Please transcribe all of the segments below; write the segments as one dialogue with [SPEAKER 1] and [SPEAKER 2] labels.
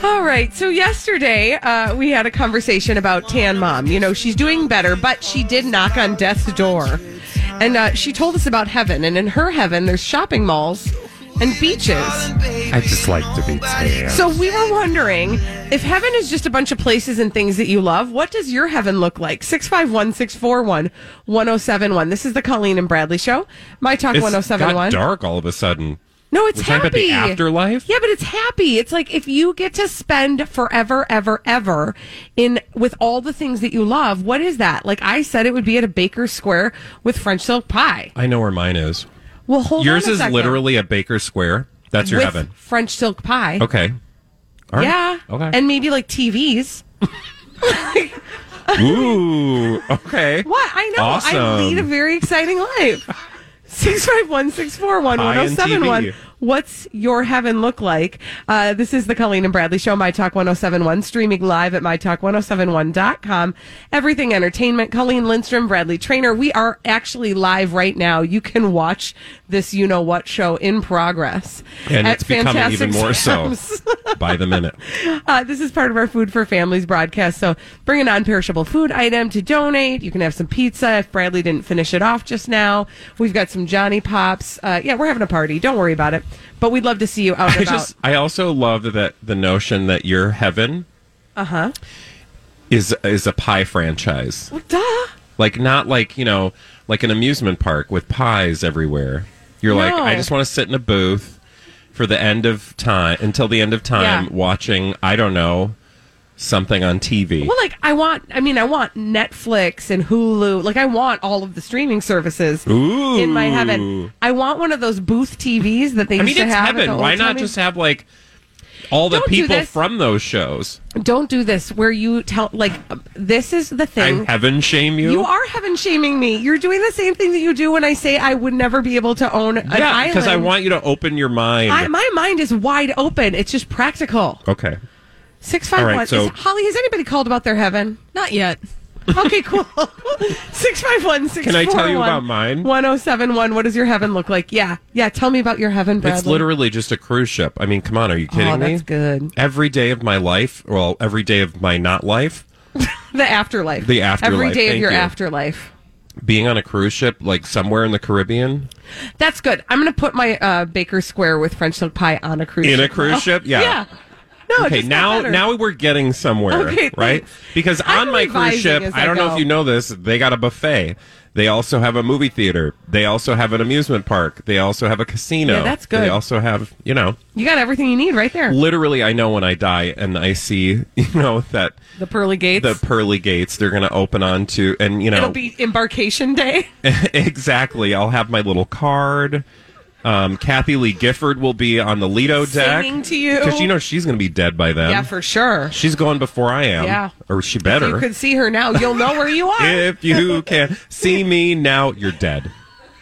[SPEAKER 1] All right. So yesterday uh, we had a conversation about Tan Mom. You know, she's doing better, but she did knock on death's door, and uh, she told us about heaven. And in her heaven, there's shopping malls and beaches.
[SPEAKER 2] I just like to be tan.
[SPEAKER 1] So we were wondering if heaven is just a bunch of places and things that you love, what does your heaven look like? 651 641 1071. This is the Colleen and Bradley Show. My Talk
[SPEAKER 2] It's got
[SPEAKER 1] 1071.
[SPEAKER 2] dark all of a sudden.
[SPEAKER 1] No, it's
[SPEAKER 2] We're talking about
[SPEAKER 1] happy.
[SPEAKER 2] the afterlife?
[SPEAKER 1] Yeah, but it's happy. It's like if you get to spend forever, ever, ever in with all the things that you love. What is that? Like I said, it would be at a Baker Square with French silk pie.
[SPEAKER 2] I know where mine is.
[SPEAKER 1] Well, hold
[SPEAKER 2] Yours
[SPEAKER 1] on a
[SPEAKER 2] is
[SPEAKER 1] second.
[SPEAKER 2] literally a Baker Square. That's your
[SPEAKER 1] with
[SPEAKER 2] heaven.
[SPEAKER 1] French silk pie.
[SPEAKER 2] Okay. All right.
[SPEAKER 1] Yeah.
[SPEAKER 2] Okay.
[SPEAKER 1] And maybe like TVs.
[SPEAKER 2] Ooh. Okay.
[SPEAKER 1] What I know, I
[SPEAKER 2] Awesome.
[SPEAKER 1] lead a very exciting life. Six five one six four one one
[SPEAKER 2] High
[SPEAKER 1] zero
[SPEAKER 2] in
[SPEAKER 1] seven one.
[SPEAKER 2] TV.
[SPEAKER 1] What's your heaven look like? Uh, this is the Colleen and Bradley Show, My Talk 1071, streaming live at MyTalk1071.com. Everything Entertainment, Colleen Lindstrom, Bradley Trainer. We are actually live right now. You can watch this You Know What show in progress.
[SPEAKER 2] And
[SPEAKER 1] at
[SPEAKER 2] it's becoming even
[SPEAKER 1] Fantastic
[SPEAKER 2] more so
[SPEAKER 1] Sam's.
[SPEAKER 2] by the minute.
[SPEAKER 1] Uh, this is part of our Food for Families broadcast. So bring a non perishable food item to donate. You can have some pizza if Bradley didn't finish it off just now. We've got some Johnny Pops. Uh, yeah, we're having a party. Don't worry about it. But we'd love to see you out
[SPEAKER 2] I
[SPEAKER 1] and about.
[SPEAKER 2] just I also love that the notion that your heaven
[SPEAKER 1] uh huh.
[SPEAKER 2] is is a pie franchise.
[SPEAKER 1] Duh.
[SPEAKER 2] Like not like, you know, like an amusement park with pies everywhere. You're like,
[SPEAKER 1] No.
[SPEAKER 2] I just want to sit in a booth for the end of time until the end of time
[SPEAKER 1] Yeah.
[SPEAKER 2] watching, I don't know, something on TV.
[SPEAKER 1] Well, like I want. I mean, I want Netflix and Hulu. Like I want all of the streaming services
[SPEAKER 2] Ooh.
[SPEAKER 1] in my heaven. I want one of those booth TVs that they
[SPEAKER 2] I mean,
[SPEAKER 1] used to
[SPEAKER 2] it's
[SPEAKER 1] have. at the
[SPEAKER 2] heaven.
[SPEAKER 1] old
[SPEAKER 2] Why not
[SPEAKER 1] timey-
[SPEAKER 2] just have like all the
[SPEAKER 1] Don't do
[SPEAKER 2] people
[SPEAKER 1] this.
[SPEAKER 2] from those shows?
[SPEAKER 1] don't do this? Where you tell like uh, this is the thing.
[SPEAKER 2] I heaven shame you.
[SPEAKER 1] Mm. You are heaven shaming me. You're doing the same thing that you do when I say I would never be able to own an
[SPEAKER 2] yeah,
[SPEAKER 1] island.
[SPEAKER 2] because I want you to open your mind.
[SPEAKER 1] I, my mind is wide open. It's just practical.
[SPEAKER 2] okay.
[SPEAKER 1] Six five
[SPEAKER 2] All
[SPEAKER 1] one.
[SPEAKER 2] right, so-
[SPEAKER 1] Holly, has anybody called about their heaven?
[SPEAKER 3] Not yet.
[SPEAKER 1] Okay, cool. Six five one six.
[SPEAKER 2] Can I tell you about mine?
[SPEAKER 1] One zero seven one. What does your heaven look like? Yeah, yeah. Tell me about your heaven, Bradley.
[SPEAKER 2] It's literally just a cruise ship. I mean, come on, are you kidding
[SPEAKER 1] Oh,
[SPEAKER 2] me?
[SPEAKER 1] that's good.
[SPEAKER 2] Every day of my life, well, every day of my not life,
[SPEAKER 1] the afterlife.
[SPEAKER 2] The afterlife,
[SPEAKER 1] Every day of
[SPEAKER 2] thank
[SPEAKER 1] your
[SPEAKER 2] you.
[SPEAKER 1] afterlife.
[SPEAKER 2] being on a cruise ship, like somewhere in the Caribbean,
[SPEAKER 1] That's good. I'm going to put my uh, Baker Square with French silk pie on a cruise
[SPEAKER 2] in a
[SPEAKER 1] ship.
[SPEAKER 2] cruise ship, yeah.
[SPEAKER 1] Oh, Yeah. No. it
[SPEAKER 2] Okay,
[SPEAKER 1] just got
[SPEAKER 2] now
[SPEAKER 1] better.
[SPEAKER 2] now we're getting somewhere,
[SPEAKER 1] Okay,
[SPEAKER 2] right?
[SPEAKER 1] thanks.
[SPEAKER 2] Because
[SPEAKER 1] I'm
[SPEAKER 2] on my cruise
[SPEAKER 1] revising
[SPEAKER 2] ship,
[SPEAKER 1] as I
[SPEAKER 2] I don't know
[SPEAKER 1] go.
[SPEAKER 2] if you know this, they got a buffet. They also have a movie theater. They also have an amusement park. They also have a casino.
[SPEAKER 1] Yeah, that's good.
[SPEAKER 2] They also have, you know,
[SPEAKER 1] You got everything you need right there.
[SPEAKER 2] literally I know when I die and I see, you know, that
[SPEAKER 1] The pearly gates.
[SPEAKER 2] the pearly gates they're going to open onto and you know
[SPEAKER 1] It'll be embarkation day.
[SPEAKER 2] exactly. I'll have my little card. Um, Kathy Lee Gifford will be on the Lido deck.
[SPEAKER 1] Singing to you.
[SPEAKER 2] Because you know she's going to be dead by then.
[SPEAKER 1] yeah, for sure.
[SPEAKER 2] She's going before I am.
[SPEAKER 1] Yeah.
[SPEAKER 2] Or she better.
[SPEAKER 1] You could see her now. You'll know where you are.
[SPEAKER 2] if you can see me now, you're dead.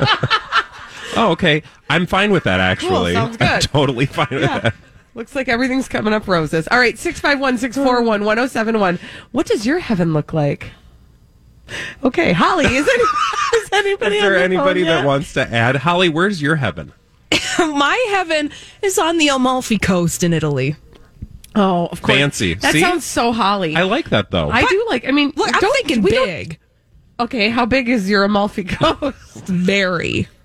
[SPEAKER 2] oh, okay. I'm fine with that, actually.
[SPEAKER 1] sounds
[SPEAKER 2] I'm
[SPEAKER 1] good.
[SPEAKER 2] totally fine with that.
[SPEAKER 1] Looks like everything's coming up roses. All right, 651 641 1071. What does your heaven look like? Okay, Holly, is, any, is anybody
[SPEAKER 2] Is
[SPEAKER 1] on
[SPEAKER 2] there
[SPEAKER 1] the
[SPEAKER 2] anybody
[SPEAKER 1] phone yet?
[SPEAKER 2] that wants to add? Holly, where's your heaven?
[SPEAKER 3] My heaven is on the Amalfi Coast in Italy.
[SPEAKER 1] Oh, of course.
[SPEAKER 2] Fancy.
[SPEAKER 1] That
[SPEAKER 2] See?
[SPEAKER 1] sounds so Holly.
[SPEAKER 2] I like that, though.
[SPEAKER 1] I do like, I mean,
[SPEAKER 3] Look, I'm
[SPEAKER 1] don't-
[SPEAKER 3] thinking
[SPEAKER 1] we don't-
[SPEAKER 3] big.
[SPEAKER 1] Okay, how big is your Amalfi Coast?
[SPEAKER 3] Very.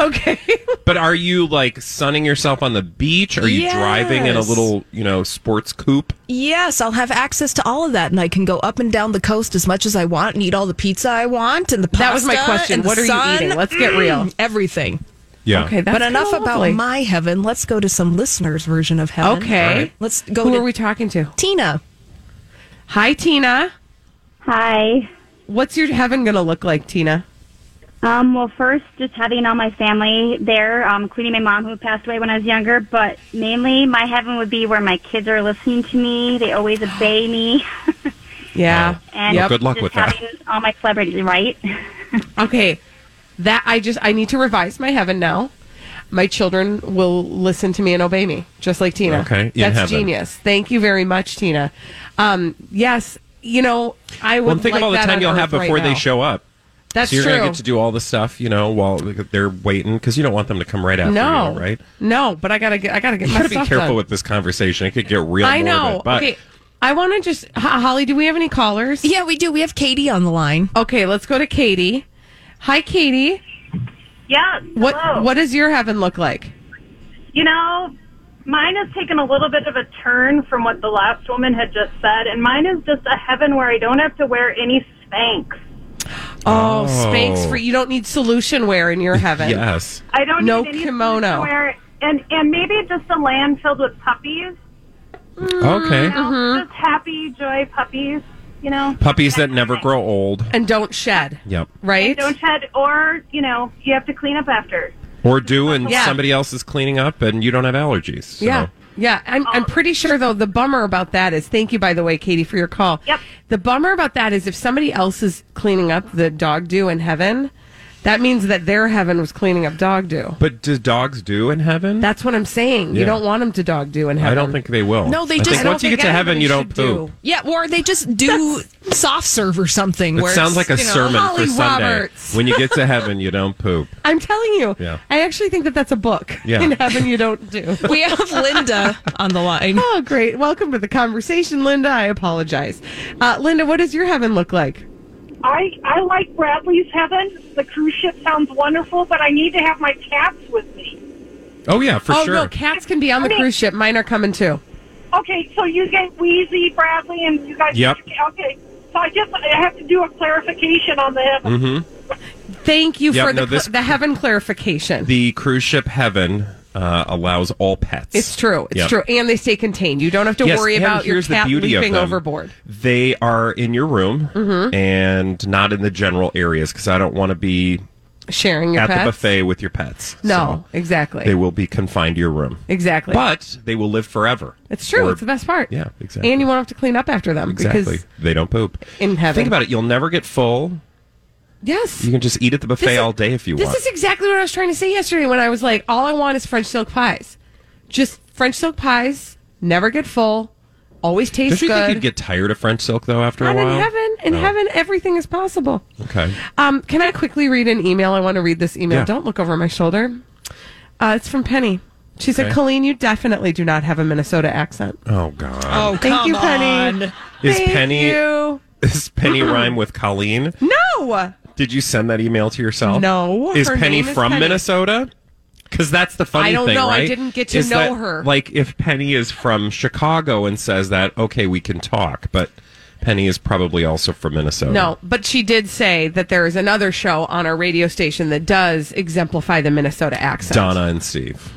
[SPEAKER 1] Okay.
[SPEAKER 2] But are you like sunning yourself on the beach? Are you driving in a
[SPEAKER 3] Yes.
[SPEAKER 2] little, you know, sports coupe?
[SPEAKER 3] Yes, I'll have access to all of that, and I can go up and down the coast as much as I want and eat all the pizza I want and the pasta.
[SPEAKER 1] That was my question.
[SPEAKER 3] and the
[SPEAKER 1] What are you
[SPEAKER 3] sun.
[SPEAKER 1] eating? Let's get real.
[SPEAKER 3] Everything.
[SPEAKER 2] Yeah.
[SPEAKER 1] Mm. Okay, that's
[SPEAKER 3] but enough
[SPEAKER 1] kinda
[SPEAKER 3] about
[SPEAKER 1] lovely.
[SPEAKER 3] my heaven. Let's go to some listeners' version of heaven.
[SPEAKER 1] Okay.
[SPEAKER 2] All right.
[SPEAKER 3] Let's go
[SPEAKER 1] Who
[SPEAKER 3] to
[SPEAKER 1] are we talking to?
[SPEAKER 3] Tina.
[SPEAKER 1] Hi, Tina.
[SPEAKER 4] Hi.
[SPEAKER 1] What's your heaven going to look like, Tina?
[SPEAKER 4] Um, well, first, just having all my family there, um, including my mom who passed away when I was younger. But mainly, my heaven would be where my kids are listening to me. They always obey me.
[SPEAKER 1] Yeah.
[SPEAKER 4] and
[SPEAKER 2] Well, good luck
[SPEAKER 4] just
[SPEAKER 2] with that.
[SPEAKER 4] having all my celebrities, right?
[SPEAKER 1] Okay. That I just I need to revise my heaven now. My children will listen to me and obey me, just like Tina.
[SPEAKER 2] Okay, in
[SPEAKER 1] That's
[SPEAKER 2] heaven.
[SPEAKER 1] genius. Thank you very much, Tina. Um, yes, you know, I would
[SPEAKER 2] Well, think
[SPEAKER 1] like
[SPEAKER 2] of all the
[SPEAKER 1] that
[SPEAKER 2] time
[SPEAKER 1] on
[SPEAKER 2] you'll have
[SPEAKER 1] Earth right
[SPEAKER 2] before they
[SPEAKER 1] now.
[SPEAKER 2] show up.
[SPEAKER 1] That's
[SPEAKER 2] so you're
[SPEAKER 1] true.
[SPEAKER 2] gonna get to do all the stuff, you know, while they're waiting because you don't want them to come right after
[SPEAKER 1] no,
[SPEAKER 2] you, right?
[SPEAKER 1] No, but I gotta get I gotta get
[SPEAKER 2] You
[SPEAKER 1] my
[SPEAKER 2] gotta be
[SPEAKER 1] stuff
[SPEAKER 2] careful
[SPEAKER 1] done.
[SPEAKER 2] with this conversation. It could get real.
[SPEAKER 1] I know.
[SPEAKER 2] morbid, but
[SPEAKER 1] okay, I want to just Ho- Holly. Do we have any callers?
[SPEAKER 3] Yeah, we do. We have Katie on the line.
[SPEAKER 1] Okay, let's go to Katie. Hi, Katie.
[SPEAKER 5] Yeah.
[SPEAKER 1] What
[SPEAKER 5] hello.
[SPEAKER 1] What does your heaven look like?
[SPEAKER 5] You know, mine has taken a little bit of a turn from what the last woman had just said, and mine is just a heaven where I don't have to wear any spanks.
[SPEAKER 1] Oh,
[SPEAKER 2] Oh.
[SPEAKER 1] Spanx for you don't need solution wear in your heaven.
[SPEAKER 2] yes,
[SPEAKER 5] I don't
[SPEAKER 1] No
[SPEAKER 5] need any
[SPEAKER 1] kimono.
[SPEAKER 5] to wear, and and maybe just a land filled with puppies.
[SPEAKER 2] okay.
[SPEAKER 5] You know,
[SPEAKER 1] Mm-hmm.
[SPEAKER 5] Just happy, joy puppies. You know,
[SPEAKER 2] Puppies that never grow old.
[SPEAKER 1] and don't shed.
[SPEAKER 2] Yep.
[SPEAKER 1] Right?
[SPEAKER 5] Don't shed, or you know, you have to clean up after.
[SPEAKER 2] Or do, and
[SPEAKER 1] Yeah.
[SPEAKER 2] somebody else is cleaning up, and you don't have allergies. So.
[SPEAKER 1] yeah. Yeah, I'm, I'm pretty sure though the bummer about that is thank you by the way Katie for your call.
[SPEAKER 5] Yep.
[SPEAKER 1] The bummer about that is if somebody else is cleaning up the dog do in heaven, that means that their heaven was cleaning up dog do.
[SPEAKER 2] But do dogs do in heaven?
[SPEAKER 1] That's what I'm saying. You
[SPEAKER 2] Yeah.
[SPEAKER 1] don't want them to dog do in heaven.
[SPEAKER 2] I don't think they will.
[SPEAKER 3] No, they
[SPEAKER 2] I
[SPEAKER 3] just-
[SPEAKER 2] think
[SPEAKER 3] I don't
[SPEAKER 2] once you
[SPEAKER 1] think
[SPEAKER 2] get to heaven,
[SPEAKER 1] anybody
[SPEAKER 2] you don't
[SPEAKER 1] should do.
[SPEAKER 2] poop.
[SPEAKER 3] Yeah, or they just do soft serve or something.
[SPEAKER 2] It
[SPEAKER 3] where
[SPEAKER 2] sounds
[SPEAKER 3] it's,
[SPEAKER 2] like a
[SPEAKER 3] you know,
[SPEAKER 2] sermon
[SPEAKER 1] Holly
[SPEAKER 2] for Sunday.
[SPEAKER 1] Roberts.
[SPEAKER 2] When you get to heaven, you don't poop.
[SPEAKER 1] I'm telling you.
[SPEAKER 2] Yeah.
[SPEAKER 1] I actually think that that's a book.
[SPEAKER 2] Yeah.
[SPEAKER 1] In heaven you don't do.
[SPEAKER 3] We have Linda on the line.
[SPEAKER 1] oh, great. Welcome to the conversation, Linda. I apologize. Uh, Linda, what does your heaven look like?
[SPEAKER 5] I I like Bradley's heaven. The cruise ship sounds wonderful, but I need to have my cats with me.
[SPEAKER 2] Oh yeah, for
[SPEAKER 1] oh
[SPEAKER 2] sure.
[SPEAKER 1] no, cats can be on the
[SPEAKER 5] I mean-
[SPEAKER 1] cruise ship. Mine are coming too.
[SPEAKER 5] Okay, so you get Wheezy, Bradley, and you guys.
[SPEAKER 2] Yep.
[SPEAKER 5] Okay, so I guess I have to do a clarification on the heaven.
[SPEAKER 1] Thank you
[SPEAKER 2] Yep,
[SPEAKER 1] for the,
[SPEAKER 2] no,
[SPEAKER 1] cl-
[SPEAKER 2] this-
[SPEAKER 1] the heaven clarification.
[SPEAKER 2] The cruise ship heaven uh, allows all pets.
[SPEAKER 1] it's true. It's
[SPEAKER 2] Yep.
[SPEAKER 1] true. And they stay contained. You don't have to
[SPEAKER 2] Yes,
[SPEAKER 1] worry
[SPEAKER 2] and
[SPEAKER 1] about your
[SPEAKER 2] here's the
[SPEAKER 1] cat
[SPEAKER 2] beauty of
[SPEAKER 1] leaping
[SPEAKER 2] them.
[SPEAKER 1] overboard. Mm-hmm.
[SPEAKER 2] They are in your room and not in the general areas because I don't want to be
[SPEAKER 1] Sharing your
[SPEAKER 2] at
[SPEAKER 1] pets?
[SPEAKER 2] the buffet with your pets.
[SPEAKER 1] No,
[SPEAKER 2] So
[SPEAKER 1] exactly.
[SPEAKER 2] They will be confined to your room.
[SPEAKER 1] Exactly.
[SPEAKER 2] But they will live forever.
[SPEAKER 1] it's true.
[SPEAKER 2] Or-
[SPEAKER 1] it's the best part.
[SPEAKER 2] Yeah, exactly.
[SPEAKER 1] And you won't have to clean up after them
[SPEAKER 2] Exactly.
[SPEAKER 1] because
[SPEAKER 2] They don't poop.
[SPEAKER 1] in heaven.
[SPEAKER 2] Think about it. You'll never get full.
[SPEAKER 1] Yes.
[SPEAKER 2] You can just eat at the buffet
[SPEAKER 1] This is-
[SPEAKER 2] all day if you
[SPEAKER 1] This
[SPEAKER 2] want.
[SPEAKER 1] is exactly what I was trying to say yesterday when I was like, all I want is French silk pies. Just French silk pies, never get full, always taste
[SPEAKER 2] Don't you
[SPEAKER 1] good.
[SPEAKER 2] think you'd get tired of French silk though after
[SPEAKER 1] Not
[SPEAKER 2] a while?
[SPEAKER 1] in heaven. In
[SPEAKER 2] No.
[SPEAKER 1] heaven, everything is possible.
[SPEAKER 2] Okay.
[SPEAKER 1] Um, can I quickly read an email? I want to read this email.
[SPEAKER 2] Yeah.
[SPEAKER 1] Don't look over my shoulder. Uh, it's from Penny. She said,
[SPEAKER 2] Okay.
[SPEAKER 1] Colleen, you definitely do not have a Minnesota accent.
[SPEAKER 2] Oh God.
[SPEAKER 3] Oh,
[SPEAKER 1] Thank
[SPEAKER 3] come
[SPEAKER 1] you, Penny.
[SPEAKER 3] on.
[SPEAKER 2] is
[SPEAKER 1] Thank
[SPEAKER 2] Penny
[SPEAKER 1] you.
[SPEAKER 2] is Penny rhyme with Colleen?
[SPEAKER 1] No.
[SPEAKER 2] Did you send that email to yourself?
[SPEAKER 1] No,
[SPEAKER 2] Is
[SPEAKER 1] her
[SPEAKER 2] Penny
[SPEAKER 1] name is
[SPEAKER 2] from
[SPEAKER 1] Penny.
[SPEAKER 2] Minnesota? Because that's the funny
[SPEAKER 1] I
[SPEAKER 2] thing,
[SPEAKER 1] don't know. I
[SPEAKER 2] right?
[SPEAKER 1] didn't get to
[SPEAKER 2] Is
[SPEAKER 1] know
[SPEAKER 2] that,
[SPEAKER 1] her.
[SPEAKER 2] Like if Penny is from Chicago and says that, okay, we can talk. But Penny is probably also from Minnesota.
[SPEAKER 1] No, but she did say that there is another show on our radio station that does exemplify the Minnesota accent.
[SPEAKER 2] Donna and Steve.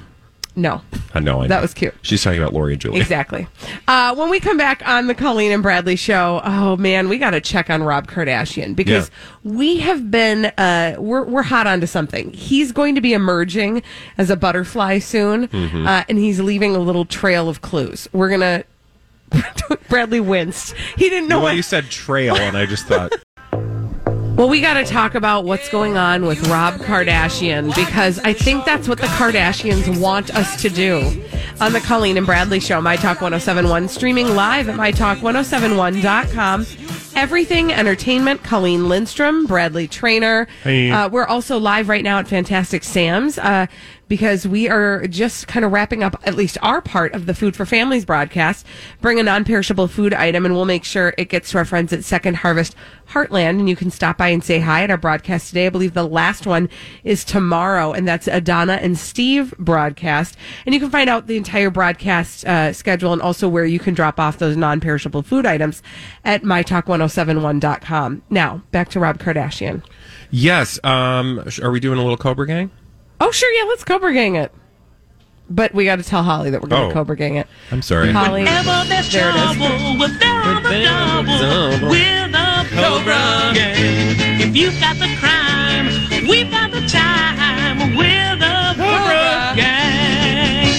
[SPEAKER 1] No.
[SPEAKER 2] I know. I
[SPEAKER 1] That
[SPEAKER 2] know.
[SPEAKER 1] was cute.
[SPEAKER 2] She's talking about Lori and Julia.
[SPEAKER 1] Exactly. Uh, when we come back on the Colleen and Bradley show, oh man, we got to check on Rob Kardashian because we have been uh, we're we're hot onto something. He's going to be emerging as a butterfly soon, uh, and he's leaving a little trail of clues. We're gonna. Bradley winced. He didn't know
[SPEAKER 2] Well,
[SPEAKER 1] what.
[SPEAKER 2] you said trail, and I just thought.
[SPEAKER 1] Well, we got to talk about what's going on with Rob Kardashian because I think that's what the Kardashians want us to do. On the Colleen and Bradley Show, My Talk 1071, streaming live at MyTalk1071.com. Everything Entertainment, Colleen Lindstrom, Bradley Trainer.
[SPEAKER 2] Hey.
[SPEAKER 1] Uh, we're also live right now at Fantastic Sam's. Uh, because we are just kind of wrapping up at least our part of the Food for Families broadcast. Bring a non perishable food item and we'll make sure it gets to our friends at Second Harvest Heartland. And you can stop by and say hi at our broadcast today. I believe the last one is tomorrow, and that's Adana and Steve broadcast. And you can find out the entire broadcast uh, schedule and also where you can drop off those non perishable food items at mytalk1071.com. Now, back to Rob Kardashian.
[SPEAKER 2] Yes. Um, sh- are we doing a little Cobra Gang?
[SPEAKER 1] Oh, sure, yeah, let's Cobra Gang it. But we got to tell Holly that we're going to
[SPEAKER 2] Oh.
[SPEAKER 1] Cobra Gang it.
[SPEAKER 2] I'm sorry.
[SPEAKER 1] Holly, there it is.
[SPEAKER 6] If you've got the crime, we've got the time. We're the Cobra Gang.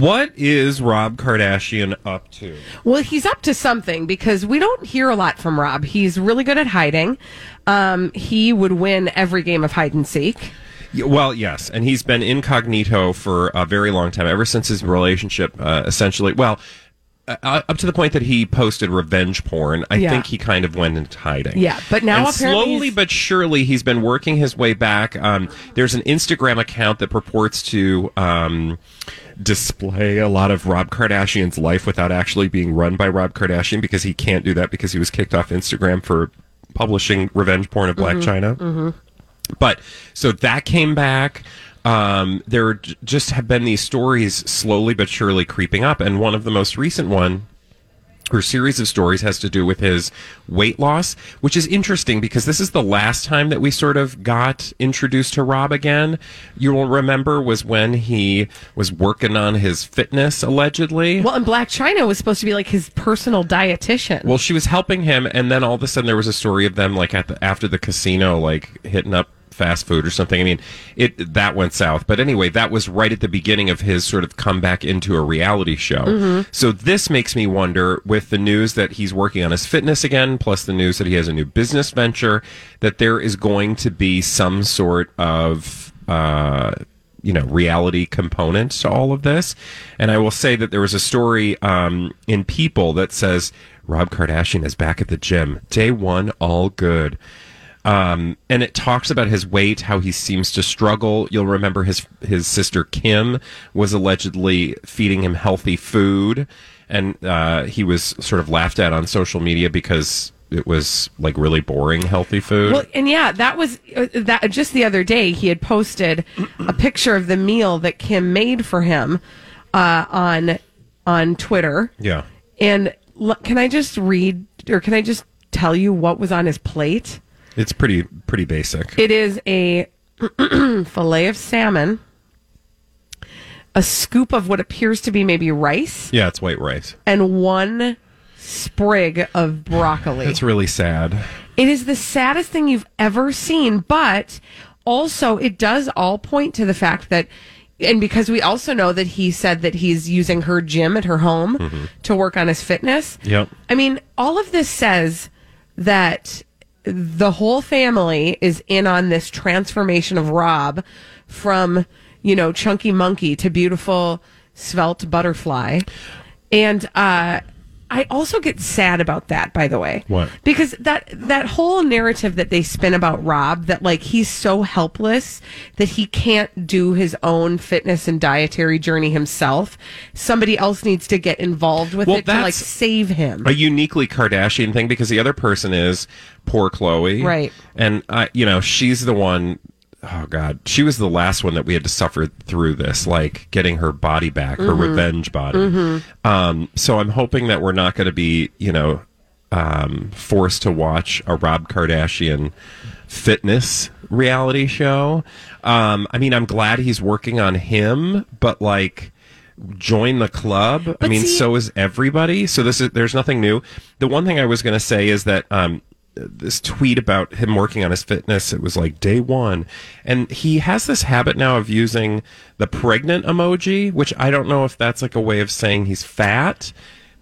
[SPEAKER 2] What is Rob Kardashian up to?
[SPEAKER 1] Well, he's up to something because we don't hear a lot from Rob. He's really good at hiding. Um, he would win every game of hide and seek.
[SPEAKER 2] Y- Well, yes, and he's been incognito for a very long time, ever since his relationship, uh, essentially. Well, uh, uh, up to the point that he posted revenge porn, I
[SPEAKER 1] Yeah.
[SPEAKER 2] think he kind of went into hiding.
[SPEAKER 1] Yeah, but now
[SPEAKER 2] And
[SPEAKER 1] apparently
[SPEAKER 2] slowly
[SPEAKER 1] he's-
[SPEAKER 2] but surely, he's been working his way back. Um, there's an Instagram account that purports to. Um, display a lot of Rob Kardashian's life without actually being run by Rob Kardashian because he can't do that because he was kicked off Instagram for publishing revenge porn of
[SPEAKER 1] Mm-hmm,
[SPEAKER 2] Black China. But so that came back. Um, there j- just have been these stories slowly but surely creeping up, and one of the most recent one her series of stories has to do with his weight loss, which is interesting because this is the last time that we sort of got introduced to Rob again. You will remember was when he was working on his fitness allegedly.
[SPEAKER 1] Well, and Black China was supposed to be like his personal dietitian.
[SPEAKER 2] Well, she was helping him, and then all of a sudden there was a story of them like at the after the casino, like hitting up fast food or something. I mean, it that went south. But anyway, that was right at the beginning of his sort of comeback into a reality show. So this makes me wonder, with the news that he's working on his fitness again, plus the news that he has a new business venture, that there is going to be some sort of uh, you know reality component to all of this and i will say that there was a story um, in people that says rob kardashian is back at the gym day one all good um, and it talks about his weight how he seems to struggle you'll remember his his sister kim was allegedly feeding him healthy food and uh, he was sort of laughed at on social media because it was like really boring healthy food
[SPEAKER 1] Well, and yeah, that was uh, that. Just the other day, he had posted a picture of the meal that Kim made for him uh, on on Twitter.
[SPEAKER 2] yeah
[SPEAKER 1] And l- can I just read, or can I just tell you what was on his plate?
[SPEAKER 2] it's pretty pretty basic
[SPEAKER 1] It is a fillet of salmon, a scoop of what appears to be maybe rice,
[SPEAKER 2] yeah it's white rice
[SPEAKER 1] and one sprig of broccoli.
[SPEAKER 2] It's really sad.
[SPEAKER 1] It is the saddest thing you've ever seen, but also it does all point to the fact that and because we also know that he said that he's using her gym at her home to work on his fitness.
[SPEAKER 2] Yep.
[SPEAKER 1] I mean, all of this says that the whole family is in on this transformation of Rob from, you know, chunky monkey to beautiful svelte butterfly. And uh I also get sad about that, by the way.
[SPEAKER 2] What?
[SPEAKER 1] Because that that whole narrative that they spin about Rob that like he's so helpless that he can't do his own fitness and dietary journey himself. Somebody else needs to get involved with
[SPEAKER 2] Well,
[SPEAKER 1] it to like
[SPEAKER 2] that's-
[SPEAKER 1] save him.
[SPEAKER 2] A uniquely Kardashian thing because the other person is poor Chloe.
[SPEAKER 1] Right.
[SPEAKER 2] And I you know, she's the one oh god, she was the last one that we had to suffer through this, like getting her body back, her revenge body. Um so I'm hoping that we're not gonna be, you know, um forced to watch a Rob Kardashian fitness reality show. Um I mean I'm glad he's working on him, but like join the club. I mean, so is everybody. So this is there's nothing new. The one thing I was going to say is that um, this tweet about him working on his fitness. It was like day one, and he has this habit now of using the pregnant emoji, which I don't know if that's like a way of saying he's fat.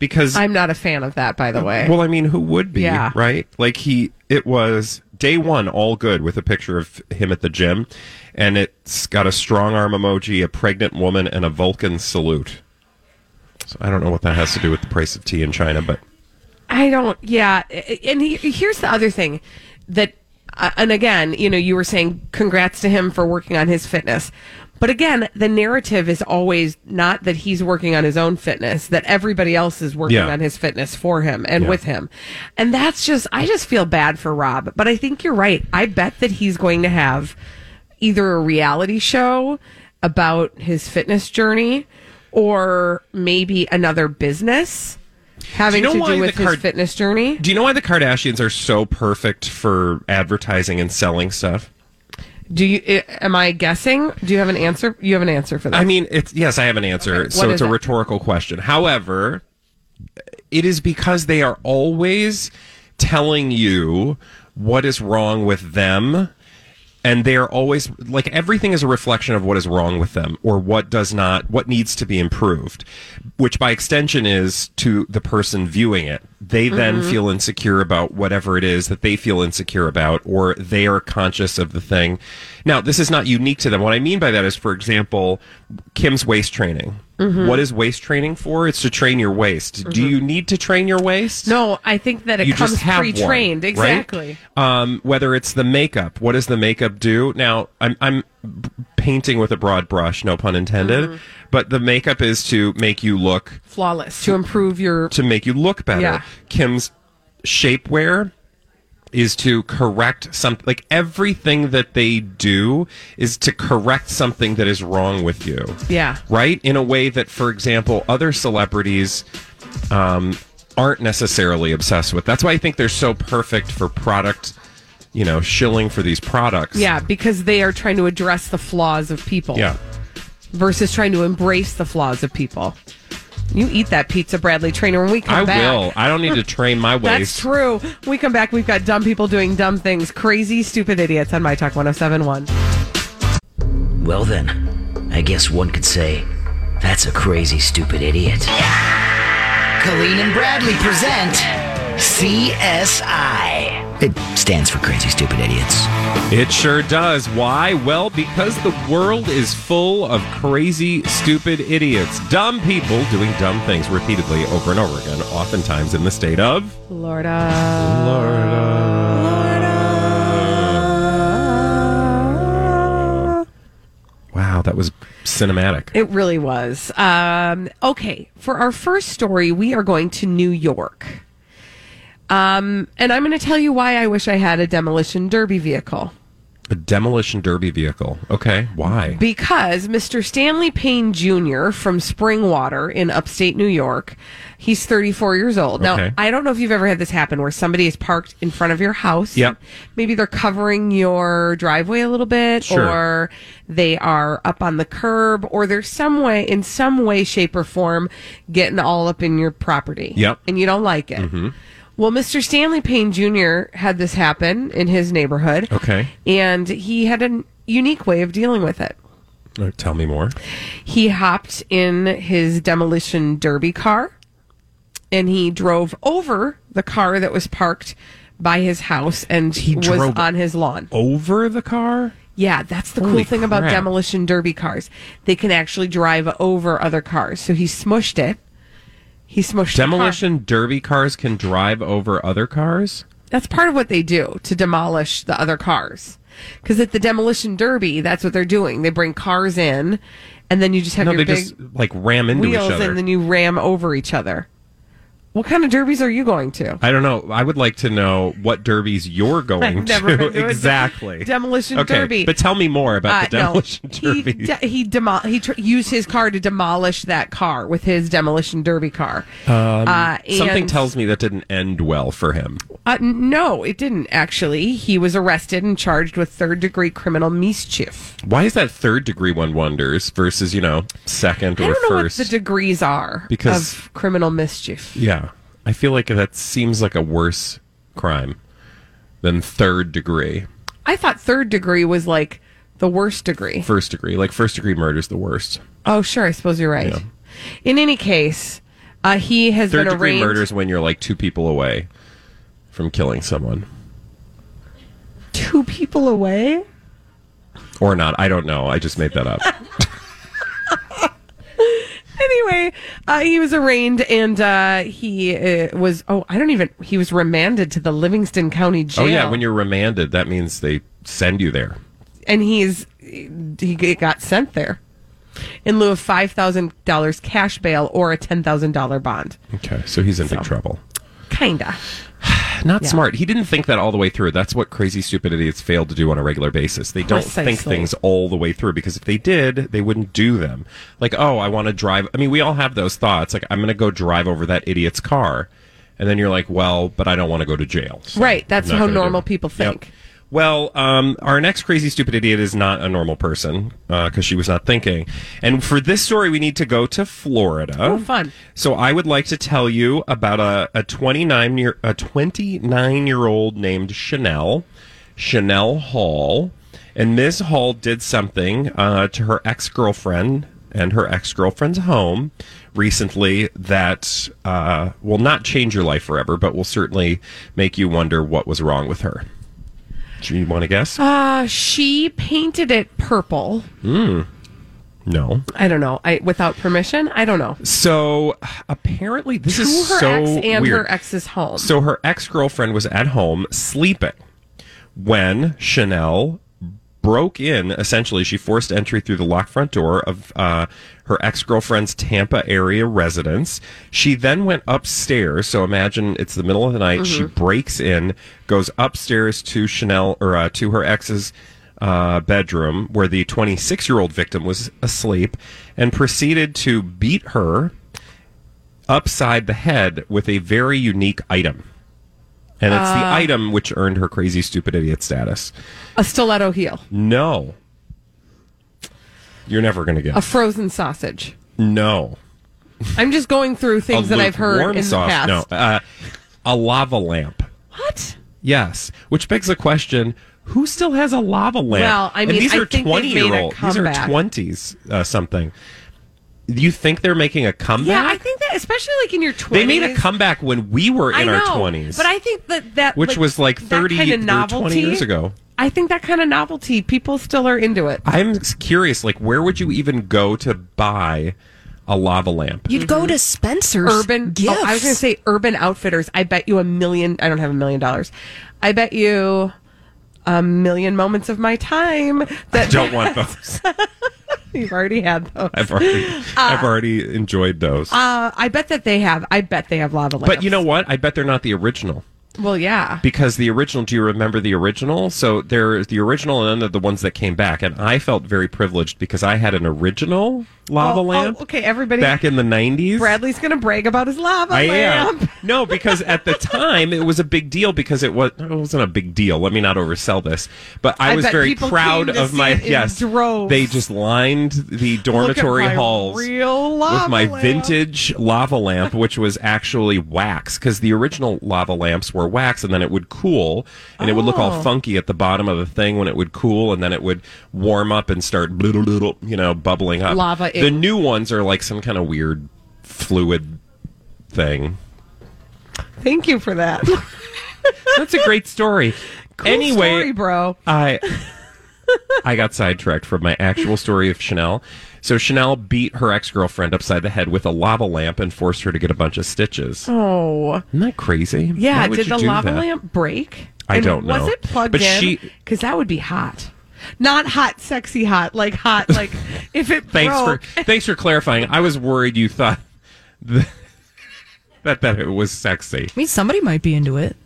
[SPEAKER 2] Because
[SPEAKER 1] I'm not a fan of that, by the way.
[SPEAKER 2] well, I mean, who would be,
[SPEAKER 1] Yeah.
[SPEAKER 2] right? Like he, it was day one, all good with a picture of him at the gym, and it's got a strong arm emoji, a pregnant woman, and a Vulcan salute. So I don't know what that has to do with the price of tea in China, but
[SPEAKER 1] I don't. Yeah, and he, here's the other thing that, uh, and again, you know, you were saying congrats to him for working on his fitness. But again, the narrative is always not that he's working on his own fitness, that everybody else is working
[SPEAKER 2] Yeah.
[SPEAKER 1] on his fitness for him and
[SPEAKER 2] Yeah.
[SPEAKER 1] with him. And that's just, I just feel bad for Rob. But I think you're right. I bet that he's going to have either a reality show about his fitness journey or maybe another business having
[SPEAKER 2] Do you know
[SPEAKER 1] to
[SPEAKER 2] why
[SPEAKER 1] do with
[SPEAKER 2] the
[SPEAKER 1] his
[SPEAKER 2] card-
[SPEAKER 1] fitness journey.
[SPEAKER 2] Do you know why the Kardashians are so perfect for advertising and selling stuff?
[SPEAKER 1] Do you, eh, am I guessing? Do you have an answer? You have an answer for that.
[SPEAKER 2] I mean, it's yes, I have an answer. so
[SPEAKER 1] what is
[SPEAKER 2] it's
[SPEAKER 1] it?
[SPEAKER 2] a rhetorical question. However, it is because they are always telling you what is wrong with them. And they are always like everything is a reflection of what is wrong with them or what does not, what needs to be improved, which by extension is to the person viewing it. They then feel insecure about whatever it is that they feel insecure about or they are conscious of the thing. Now, this is not unique to them. What I mean by that is, for example, Kim's waist training. What is waist training for? It's to train your waist. Do you need to train your waist?
[SPEAKER 1] no, I think that it
[SPEAKER 2] you
[SPEAKER 1] comes
[SPEAKER 2] just have one,
[SPEAKER 1] pre-trained.
[SPEAKER 2] right?
[SPEAKER 1] exactly.
[SPEAKER 2] Um, whether it's the makeup, what does the makeup do? Now, I'm I'm b- painting with a broad brush, no pun intended,
[SPEAKER 1] Mm-hmm.
[SPEAKER 2] but the makeup is to make you look
[SPEAKER 1] Flawless to improve your
[SPEAKER 2] to make you look better.
[SPEAKER 1] Yeah.
[SPEAKER 2] Kim's shapewear is to correct something. Like everything that they do is to correct something that is wrong with you.
[SPEAKER 1] Yeah.
[SPEAKER 2] Right? In a way that, for example, other celebrities um, aren't necessarily obsessed with. That's why I think they're so perfect for product, you know, shilling for these products.
[SPEAKER 1] Yeah, because they are trying to address the flaws of people
[SPEAKER 2] Yeah.
[SPEAKER 1] versus trying to embrace the flaws of people. You eat that pizza, Bradley Trainer, when we come
[SPEAKER 2] I
[SPEAKER 1] back.
[SPEAKER 2] will. I don't need to train my waist.
[SPEAKER 1] That's true. When we come back, we've got dumb people doing dumb things, crazy, stupid idiots on My Talk 1071.
[SPEAKER 7] Well, then, I guess one could say that's a crazy, stupid idiot. Colleen and Bradley present CSI. It stands for Crazy, Stupid Idiots.
[SPEAKER 2] It sure does. Why? Well, because the world is full of crazy, stupid idiots, dumb people doing dumb things repeatedly over and over again, oftentimes in the state of
[SPEAKER 1] Florida.
[SPEAKER 2] Wow, that was cinematic.
[SPEAKER 1] It really was. Um, okay, for our first story, we are going to New York. Um, and I'm going to tell you why I wish I had a demolition derby vehicle.
[SPEAKER 2] A demolition derby vehicle. Okay, why?
[SPEAKER 1] Because Mr. Stanley Payne Jr. from Springwater in upstate New York, he's 34 years old. Now,
[SPEAKER 2] Okay.
[SPEAKER 1] I don't know if you've ever had this happen where somebody is parked in front of your house.
[SPEAKER 2] Yep.
[SPEAKER 1] Maybe they're covering your driveway a little bit
[SPEAKER 2] Sure.
[SPEAKER 1] or they are up on the curb or they're some way, in some way, shape, or form getting all up in your property.
[SPEAKER 2] Yep. Mm-hmm.
[SPEAKER 1] And you don't like it. Well, Mr. Stanley Payne Jr. had this happen in his neighborhood.
[SPEAKER 2] Okay.
[SPEAKER 1] And he had a unique way of dealing with it.
[SPEAKER 2] Uh, Tell me more.
[SPEAKER 1] He hopped in his demolition derby car and he drove over the car that was parked by his house and
[SPEAKER 2] He
[SPEAKER 1] was
[SPEAKER 2] drove-
[SPEAKER 1] on his lawn.
[SPEAKER 2] Over the car?
[SPEAKER 1] Yeah, that's the
[SPEAKER 2] Holy
[SPEAKER 1] cool thing about
[SPEAKER 2] crap.
[SPEAKER 1] demolition derby cars. They can actually drive over other cars. So he smushed it. He smushed the car.
[SPEAKER 2] Demolition derby cars can drive over other cars?
[SPEAKER 1] That's part of what they do to demolish the other cars. Because at the demolition derby, that's what they're doing. They bring cars in, and then you just have
[SPEAKER 2] No,
[SPEAKER 1] your
[SPEAKER 2] they
[SPEAKER 1] big
[SPEAKER 2] just like ram into each
[SPEAKER 1] wheels,
[SPEAKER 2] other.
[SPEAKER 1] and then you ram over each other. What kind of derbies are you going to?
[SPEAKER 2] I don't know. I would like to know what derbies you're going
[SPEAKER 1] I've never
[SPEAKER 2] to.
[SPEAKER 1] been to a
[SPEAKER 2] exactly.
[SPEAKER 1] demolition
[SPEAKER 2] okay,
[SPEAKER 1] derby.
[SPEAKER 2] But tell me more about
[SPEAKER 1] Uh,
[SPEAKER 2] the demolition
[SPEAKER 1] no,
[SPEAKER 2] derby.
[SPEAKER 1] he de- he demo- he tr- used his car to demolish that car with his demolition derby car. uh,
[SPEAKER 2] Um, Something
[SPEAKER 1] and-
[SPEAKER 2] tells me that didn't end well for him.
[SPEAKER 1] Uh, n- no, it didn't actually. He was arrested and charged with third degree criminal mischief.
[SPEAKER 2] Why is that third degree one wonders versus, you know, second
[SPEAKER 1] I
[SPEAKER 2] or
[SPEAKER 1] don't know
[SPEAKER 2] first?
[SPEAKER 1] what the degrees are
[SPEAKER 2] Because-
[SPEAKER 1] of criminal mischief.
[SPEAKER 2] yeah. I feel like that seems like a worse crime than third degree.
[SPEAKER 1] I thought third degree was like the worst degree.
[SPEAKER 2] First degree. Like first degree murder is the worst.
[SPEAKER 1] oh, sure, I suppose you're right.
[SPEAKER 2] Yeah.
[SPEAKER 1] In any case, uh, he has
[SPEAKER 2] Third
[SPEAKER 1] been
[SPEAKER 2] degree
[SPEAKER 1] arraigned.
[SPEAKER 2] murder is when you're like two people away from killing someone.
[SPEAKER 1] Two people away.
[SPEAKER 2] Or not. I don't know. I just made that up.
[SPEAKER 1] Anyway, uh, he was arraigned and uh, he uh, was. Oh, I don't even. He was remanded to the Livingston County Jail.
[SPEAKER 2] Oh yeah, when you're remanded, that means they send you there.
[SPEAKER 1] and he's he g- got sent there in lieu of five thousand dollars cash bail or a ten thousand dollar bond.
[SPEAKER 2] Okay, so he's in big trouble.
[SPEAKER 1] Kinda.
[SPEAKER 2] Not smart. He didn't think that all the way through. That's what crazy stupid idiots fail to do on a regular basis. They don't think
[SPEAKER 1] Precisely.
[SPEAKER 2] things all the way through because if they did, they wouldn't do them. Like, oh, I want to drive. I mean, we all have those thoughts. Like, I'm going to go drive over that idiot's car. And then you're like, well, but I don't want to go to jail. so
[SPEAKER 1] Right. That's
[SPEAKER 2] I'm not
[SPEAKER 1] how
[SPEAKER 2] gonna do
[SPEAKER 1] normal
[SPEAKER 2] it.
[SPEAKER 1] people
[SPEAKER 2] Yep.
[SPEAKER 1] think.
[SPEAKER 2] Well, um, our next crazy stupid idiot is not a normal person because she was not thinking. And for this story, we need to go to Florida.
[SPEAKER 1] Oh, fun.
[SPEAKER 2] So I would like to tell you about a, a 29 year a 29 year old named Chanel, Chanel Hall, and Ms. Hall did something uh, to her ex girlfriend and her ex girlfriend's home recently that uh, will not change your life forever, but will certainly make you wonder what was wrong with her. Do you want to guess?
[SPEAKER 1] Uh, she painted it purple.
[SPEAKER 2] no.
[SPEAKER 1] I don't know. I without permission. I don't know.
[SPEAKER 2] So apparently, this
[SPEAKER 1] To
[SPEAKER 2] is
[SPEAKER 1] her
[SPEAKER 2] so
[SPEAKER 1] ex and
[SPEAKER 2] weird.
[SPEAKER 1] her ex's home.
[SPEAKER 2] So her ex girlfriend was at home sleeping when Chanel broke in. Essentially, she forced entry through the locked front door of uh, her ex girlfriend's Tampa area residence. She then went upstairs. So imagine it's the middle of the night. She breaks in, goes upstairs to Chanel or uh, to her ex's. Uh, bedroom where the 26 year old victim was asleep and proceeded to beat her upside the head with a very unique item. And it's the
[SPEAKER 1] Ah.
[SPEAKER 2] item which earned her crazy stupid idiot status.
[SPEAKER 1] a stiletto heel,
[SPEAKER 2] No. You're never going to
[SPEAKER 1] a
[SPEAKER 2] get.
[SPEAKER 1] frozen sausage.
[SPEAKER 2] No.
[SPEAKER 1] I'm just going through things
[SPEAKER 2] A
[SPEAKER 1] that I've heard
[SPEAKER 2] lukewarm
[SPEAKER 1] in the
[SPEAKER 2] sauce-
[SPEAKER 1] past.
[SPEAKER 2] No. Uh, a lava lamp.
[SPEAKER 1] What?
[SPEAKER 2] Yes, which begs the question: Who still has a lava lamp?
[SPEAKER 1] Well, I mean,
[SPEAKER 2] and these
[SPEAKER 1] I
[SPEAKER 2] are
[SPEAKER 1] think they've made a
[SPEAKER 2] twenty-year-old. These are
[SPEAKER 1] comeback.
[SPEAKER 2] twenties uh, something. Do you think they're making a comeback?
[SPEAKER 1] Yeah, I think that especially like in your 20s.
[SPEAKER 2] they made a comeback when we were in
[SPEAKER 1] I know,
[SPEAKER 2] our twenties.
[SPEAKER 1] But I think that that
[SPEAKER 2] which was like
[SPEAKER 1] that
[SPEAKER 2] 30
[SPEAKER 1] kinda
[SPEAKER 2] or 20 years
[SPEAKER 1] novelty-
[SPEAKER 2] ago.
[SPEAKER 1] I think that kind of novelty, people still are into it.
[SPEAKER 2] I'm curious, like, where would you even go to buy a lava lamp?
[SPEAKER 3] You'd go to Spencer's
[SPEAKER 1] Mm-hmm. Urban.
[SPEAKER 3] Gifts.
[SPEAKER 1] Oh, I was going to say Urban Outfitters. I bet you a million. I don't have a million dollars. I bet you a million moments of my time
[SPEAKER 2] I
[SPEAKER 1] that
[SPEAKER 2] don't want those.
[SPEAKER 1] you've already had those.
[SPEAKER 2] I've already, I've already enjoyed those.
[SPEAKER 1] Uh, I bet that they have. I bet they have lava lamps.
[SPEAKER 2] but you know what? I bet they're not the original
[SPEAKER 1] well, yeah.
[SPEAKER 2] because the original. Do you remember the original? So there's the original, and then the ones that came back. And I felt very privileged because I had an original lava
[SPEAKER 1] Oh, oh,
[SPEAKER 2] lamp.
[SPEAKER 1] okay, everybody-
[SPEAKER 2] Back in the '90s,
[SPEAKER 1] Bradley's going to brag about his lava
[SPEAKER 2] I
[SPEAKER 1] lamp.
[SPEAKER 2] am. No, because at the time it was a big deal because it was it wasn't a big deal. Let me not oversell this, but I,
[SPEAKER 1] I
[SPEAKER 2] was
[SPEAKER 1] bet
[SPEAKER 2] very
[SPEAKER 1] people
[SPEAKER 2] proud
[SPEAKER 1] came to
[SPEAKER 2] of
[SPEAKER 1] see
[SPEAKER 2] my
[SPEAKER 1] it in
[SPEAKER 2] yes.
[SPEAKER 1] droves.
[SPEAKER 2] They just lined the dormitory
[SPEAKER 1] Look at my
[SPEAKER 2] halls
[SPEAKER 1] real lava
[SPEAKER 2] with my
[SPEAKER 1] lamp.
[SPEAKER 2] vintage lava lamp, which was actually wax because the original lava lamps were wax, and then it would cool and it would look
[SPEAKER 1] Oh.
[SPEAKER 2] all funky at the bottom of the thing when it would cool, and then it would warm up and start little little you know bubbling up.
[SPEAKER 1] Lava
[SPEAKER 2] The
[SPEAKER 1] it-
[SPEAKER 2] new ones are like some kind of weird fluid thing.
[SPEAKER 1] Thank you for that.
[SPEAKER 2] That's a great story. anyway,
[SPEAKER 1] Story, bro.
[SPEAKER 2] I I got sidetracked from my actual story of Chanel. So Chanel beat her ex girlfriend upside the head with a lava lamp and forced her to get a bunch of stitches.
[SPEAKER 1] Oh.
[SPEAKER 2] Isn't that crazy? Why
[SPEAKER 1] Yeah,
[SPEAKER 2] would
[SPEAKER 1] did
[SPEAKER 2] you
[SPEAKER 1] the
[SPEAKER 2] do
[SPEAKER 1] lava
[SPEAKER 2] that?
[SPEAKER 1] lamp break?
[SPEAKER 2] I don't know.
[SPEAKER 1] Was it plugged
[SPEAKER 2] But
[SPEAKER 1] in?
[SPEAKER 2] she-
[SPEAKER 1] Because that would be hot. Not hot, sexy hot. Like hot, like if it
[SPEAKER 2] Thanks
[SPEAKER 1] broke.
[SPEAKER 2] for thanks for clarifying. I was worried you thought th- that that it was sexy.
[SPEAKER 3] I mean, somebody might be into it.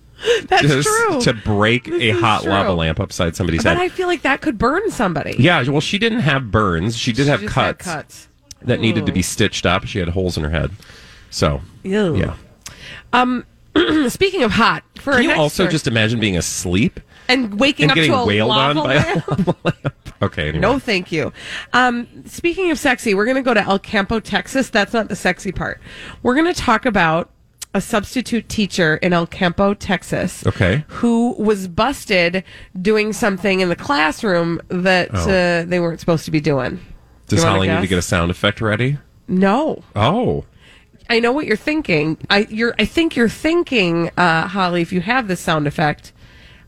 [SPEAKER 1] That's
[SPEAKER 2] Just
[SPEAKER 1] true.
[SPEAKER 2] to break a
[SPEAKER 1] is
[SPEAKER 2] hot
[SPEAKER 1] true.
[SPEAKER 2] lava lamp upside somebody's
[SPEAKER 1] but
[SPEAKER 2] head.
[SPEAKER 1] I feel like that could burn somebody.
[SPEAKER 2] yeah, well, she didn't have burns. She did have
[SPEAKER 1] Just had
[SPEAKER 2] cuts.
[SPEAKER 1] cuts.
[SPEAKER 2] that needed to be stitched up. She had holes in her head. So,
[SPEAKER 1] Ew.
[SPEAKER 2] yeah.
[SPEAKER 1] Mm, Speaking of hot, for our
[SPEAKER 2] Can you
[SPEAKER 1] next
[SPEAKER 2] also
[SPEAKER 1] story-
[SPEAKER 2] just imagine being asleep
[SPEAKER 1] and waking
[SPEAKER 2] and
[SPEAKER 1] up
[SPEAKER 2] getting
[SPEAKER 1] to a
[SPEAKER 2] wailed on
[SPEAKER 1] lava
[SPEAKER 2] by
[SPEAKER 1] lamp?
[SPEAKER 2] a lava lamp? Okay, anyway.
[SPEAKER 1] No, thank you. Um, speaking of sexy, we're going to go to El Campo, Texas. That's not the sexy part. We're going to talk about a substitute teacher in El Campo, Texas.
[SPEAKER 2] Okay.
[SPEAKER 1] Who was busted doing something in the classroom that
[SPEAKER 2] Oh.
[SPEAKER 1] uh, they weren't supposed to be doing.
[SPEAKER 2] Does
[SPEAKER 1] You wanna
[SPEAKER 2] Holly need to
[SPEAKER 1] guess?
[SPEAKER 2] get a sound effect ready?
[SPEAKER 1] No.
[SPEAKER 2] Oh,
[SPEAKER 1] I know what you're thinking. I you're I think you're thinking, uh, Holly, if you have this sound effect,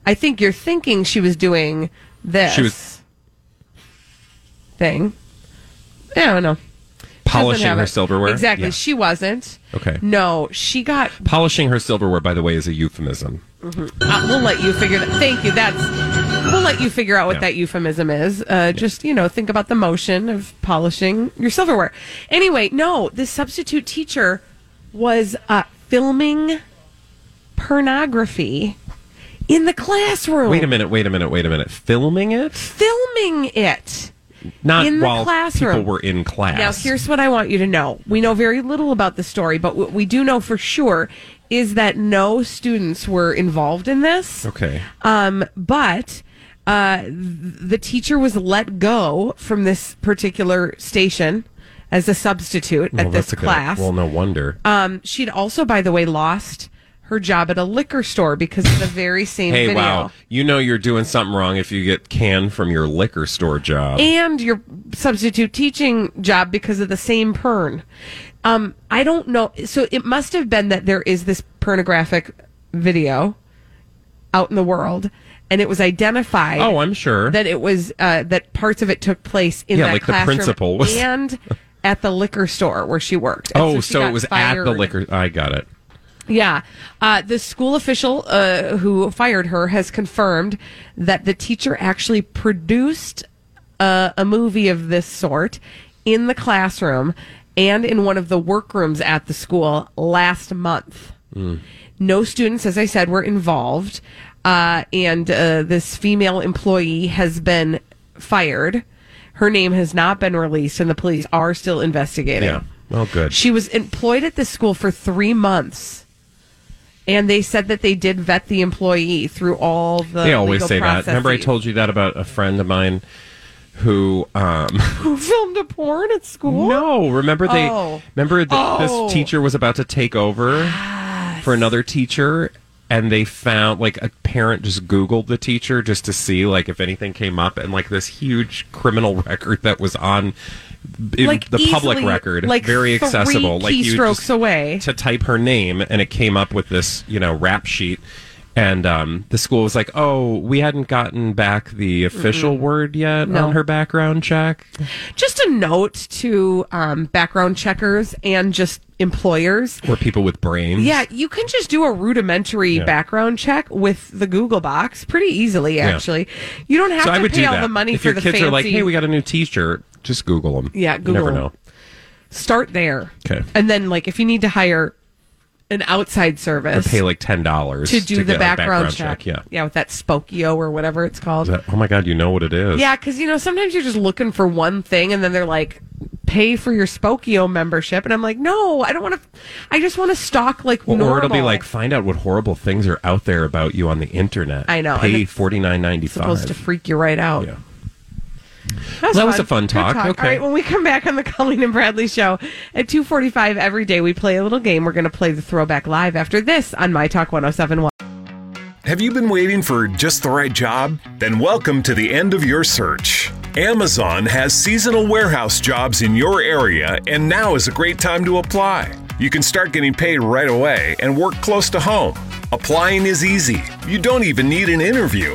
[SPEAKER 1] I think you're thinking she was doing this
[SPEAKER 2] She was-
[SPEAKER 1] thing. I don't know.
[SPEAKER 2] polishing
[SPEAKER 1] Doesn't have
[SPEAKER 2] her
[SPEAKER 1] it.
[SPEAKER 2] silverware.
[SPEAKER 1] Exactly.
[SPEAKER 2] Yeah.
[SPEAKER 1] She wasn't.
[SPEAKER 2] Okay.
[SPEAKER 1] No, she got
[SPEAKER 2] polishing her silverware, by the way, is a euphemism.
[SPEAKER 1] Uh, we'll let you figure that. Thank you. That's. We'll let you figure out what that euphemism is. Uh, Just you know, think about the motion of polishing your silverware. Anyway, no, this substitute teacher was uh, filming pornography in the classroom.
[SPEAKER 2] Wait a minute, wait a minute, wait a minute. Filming it?
[SPEAKER 1] Filming it.
[SPEAKER 2] Not
[SPEAKER 1] In the
[SPEAKER 2] while
[SPEAKER 1] classroom.
[SPEAKER 2] people were in class.
[SPEAKER 1] Now, here's what I want you to know. We know very little about the story, but what we do know for sure is that no students were involved in this.
[SPEAKER 2] Okay.
[SPEAKER 1] Um, but uh, th- the teacher was let go from this particular station as a substitute
[SPEAKER 2] Well,
[SPEAKER 1] at this
[SPEAKER 2] that's a good-
[SPEAKER 1] class.
[SPEAKER 2] well, no wonder.
[SPEAKER 1] um, she'd also, by the way, lost her job at a liquor store because of the very same
[SPEAKER 2] hey,
[SPEAKER 1] video.
[SPEAKER 2] wow. You know you're doing something wrong if you get canned from your liquor store job.
[SPEAKER 1] and your substitute teaching job because of the same pern. Um, I don't know. So it must have been that there is this pornographic video out in the world, and it was identified.
[SPEAKER 2] oh, I'm sure.
[SPEAKER 1] that it was uh, that parts of it took place in
[SPEAKER 2] Yeah,
[SPEAKER 1] that
[SPEAKER 2] like the
[SPEAKER 1] classroom
[SPEAKER 2] principal was-
[SPEAKER 1] and at the liquor store where she worked. And
[SPEAKER 2] oh,
[SPEAKER 1] she
[SPEAKER 2] so
[SPEAKER 1] got
[SPEAKER 2] it was at the
[SPEAKER 1] fired.
[SPEAKER 2] liquor. I got it.
[SPEAKER 1] Yeah. Uh, the school official uh, who fired her has confirmed that the teacher actually produced uh, a movie of this sort in the classroom and in one of the workrooms at the school last month.
[SPEAKER 2] Hmm.
[SPEAKER 1] No students, as I said, were involved. Uh, and uh, this female employee has been fired. Her name has not been released, and the police are still investigating.
[SPEAKER 2] Yeah. Well, good.
[SPEAKER 1] She was employed at the school for three months. And they said that they did vet the employee through all the.
[SPEAKER 2] they always
[SPEAKER 1] legal
[SPEAKER 2] say
[SPEAKER 1] processes.
[SPEAKER 2] that. Remember, I told you that about a friend of mine who um,
[SPEAKER 1] Who filmed a porn at school?
[SPEAKER 2] No, remember they
[SPEAKER 1] Oh.
[SPEAKER 2] remember th-
[SPEAKER 1] Oh.
[SPEAKER 2] this teacher was about to take over for another teacher and they found like a parent just googled the teacher just to see like if anything came up and like this huge criminal record that was on in
[SPEAKER 1] Like
[SPEAKER 2] the public
[SPEAKER 1] easily,
[SPEAKER 2] record
[SPEAKER 1] like
[SPEAKER 2] very
[SPEAKER 1] three
[SPEAKER 2] accessible like you
[SPEAKER 1] keystrokes
[SPEAKER 2] just-
[SPEAKER 1] away.
[SPEAKER 2] to type her name and it came up with this you know rap sheet and um, the school was like oh we hadn't gotten back the official word yet on her background check
[SPEAKER 1] Just a note to um, background checkers and just employers.
[SPEAKER 2] or people with brains
[SPEAKER 1] Yeah, you can just do a rudimentary background check with the Google box pretty easily. Actually, you don't have
[SPEAKER 2] so
[SPEAKER 1] to
[SPEAKER 2] I would
[SPEAKER 1] pay
[SPEAKER 2] do
[SPEAKER 1] all
[SPEAKER 2] that.
[SPEAKER 1] the money
[SPEAKER 2] if
[SPEAKER 1] for
[SPEAKER 2] your
[SPEAKER 1] the
[SPEAKER 2] kids
[SPEAKER 1] fancy.
[SPEAKER 2] are like, "Hey, we got a new T-shirt," just Google them.
[SPEAKER 1] Yeah,
[SPEAKER 2] You
[SPEAKER 1] Google
[SPEAKER 2] never
[SPEAKER 1] 'em.
[SPEAKER 2] know.
[SPEAKER 1] start there.
[SPEAKER 2] Okay.
[SPEAKER 1] and then like if you need to hire an outside
[SPEAKER 2] Or
[SPEAKER 1] service,
[SPEAKER 2] pay like ten dollars
[SPEAKER 1] to do the background, check.
[SPEAKER 2] Yeah.
[SPEAKER 1] yeah, with that Spokio or whatever it's called.
[SPEAKER 2] That- oh my God, you know what it is?
[SPEAKER 1] yeah, because you know sometimes you're just looking for one thing, and then they're like, "Pay for your Spokio membership," and I'm like, "No, I don't want to. I just want to stalk like
[SPEAKER 2] Well,
[SPEAKER 1] normal."
[SPEAKER 2] or it'll be like, find out what horrible things are out there about you on the internet.
[SPEAKER 1] I know, and
[SPEAKER 2] Pay
[SPEAKER 1] it's
[SPEAKER 2] forty nine ninety
[SPEAKER 1] supposed to
[SPEAKER 2] five.
[SPEAKER 1] freak you right out.
[SPEAKER 2] Yeah.
[SPEAKER 1] That was,
[SPEAKER 2] That was a fun
[SPEAKER 1] Good
[SPEAKER 2] talk.
[SPEAKER 1] All
[SPEAKER 2] Okay.
[SPEAKER 1] right, when we come back on the Colleen and Bradley show at 2:45 every day, we play a little game. We're going to play the throwback live after this on My Talk 1071.
[SPEAKER 8] Have you been waiting for just the right job? Then welcome to the end of your search. Amazon has seasonal warehouse jobs in your area, and now is a great time to apply. You can start getting paid right away and work close to home. Applying is easy, you don't even need an interview.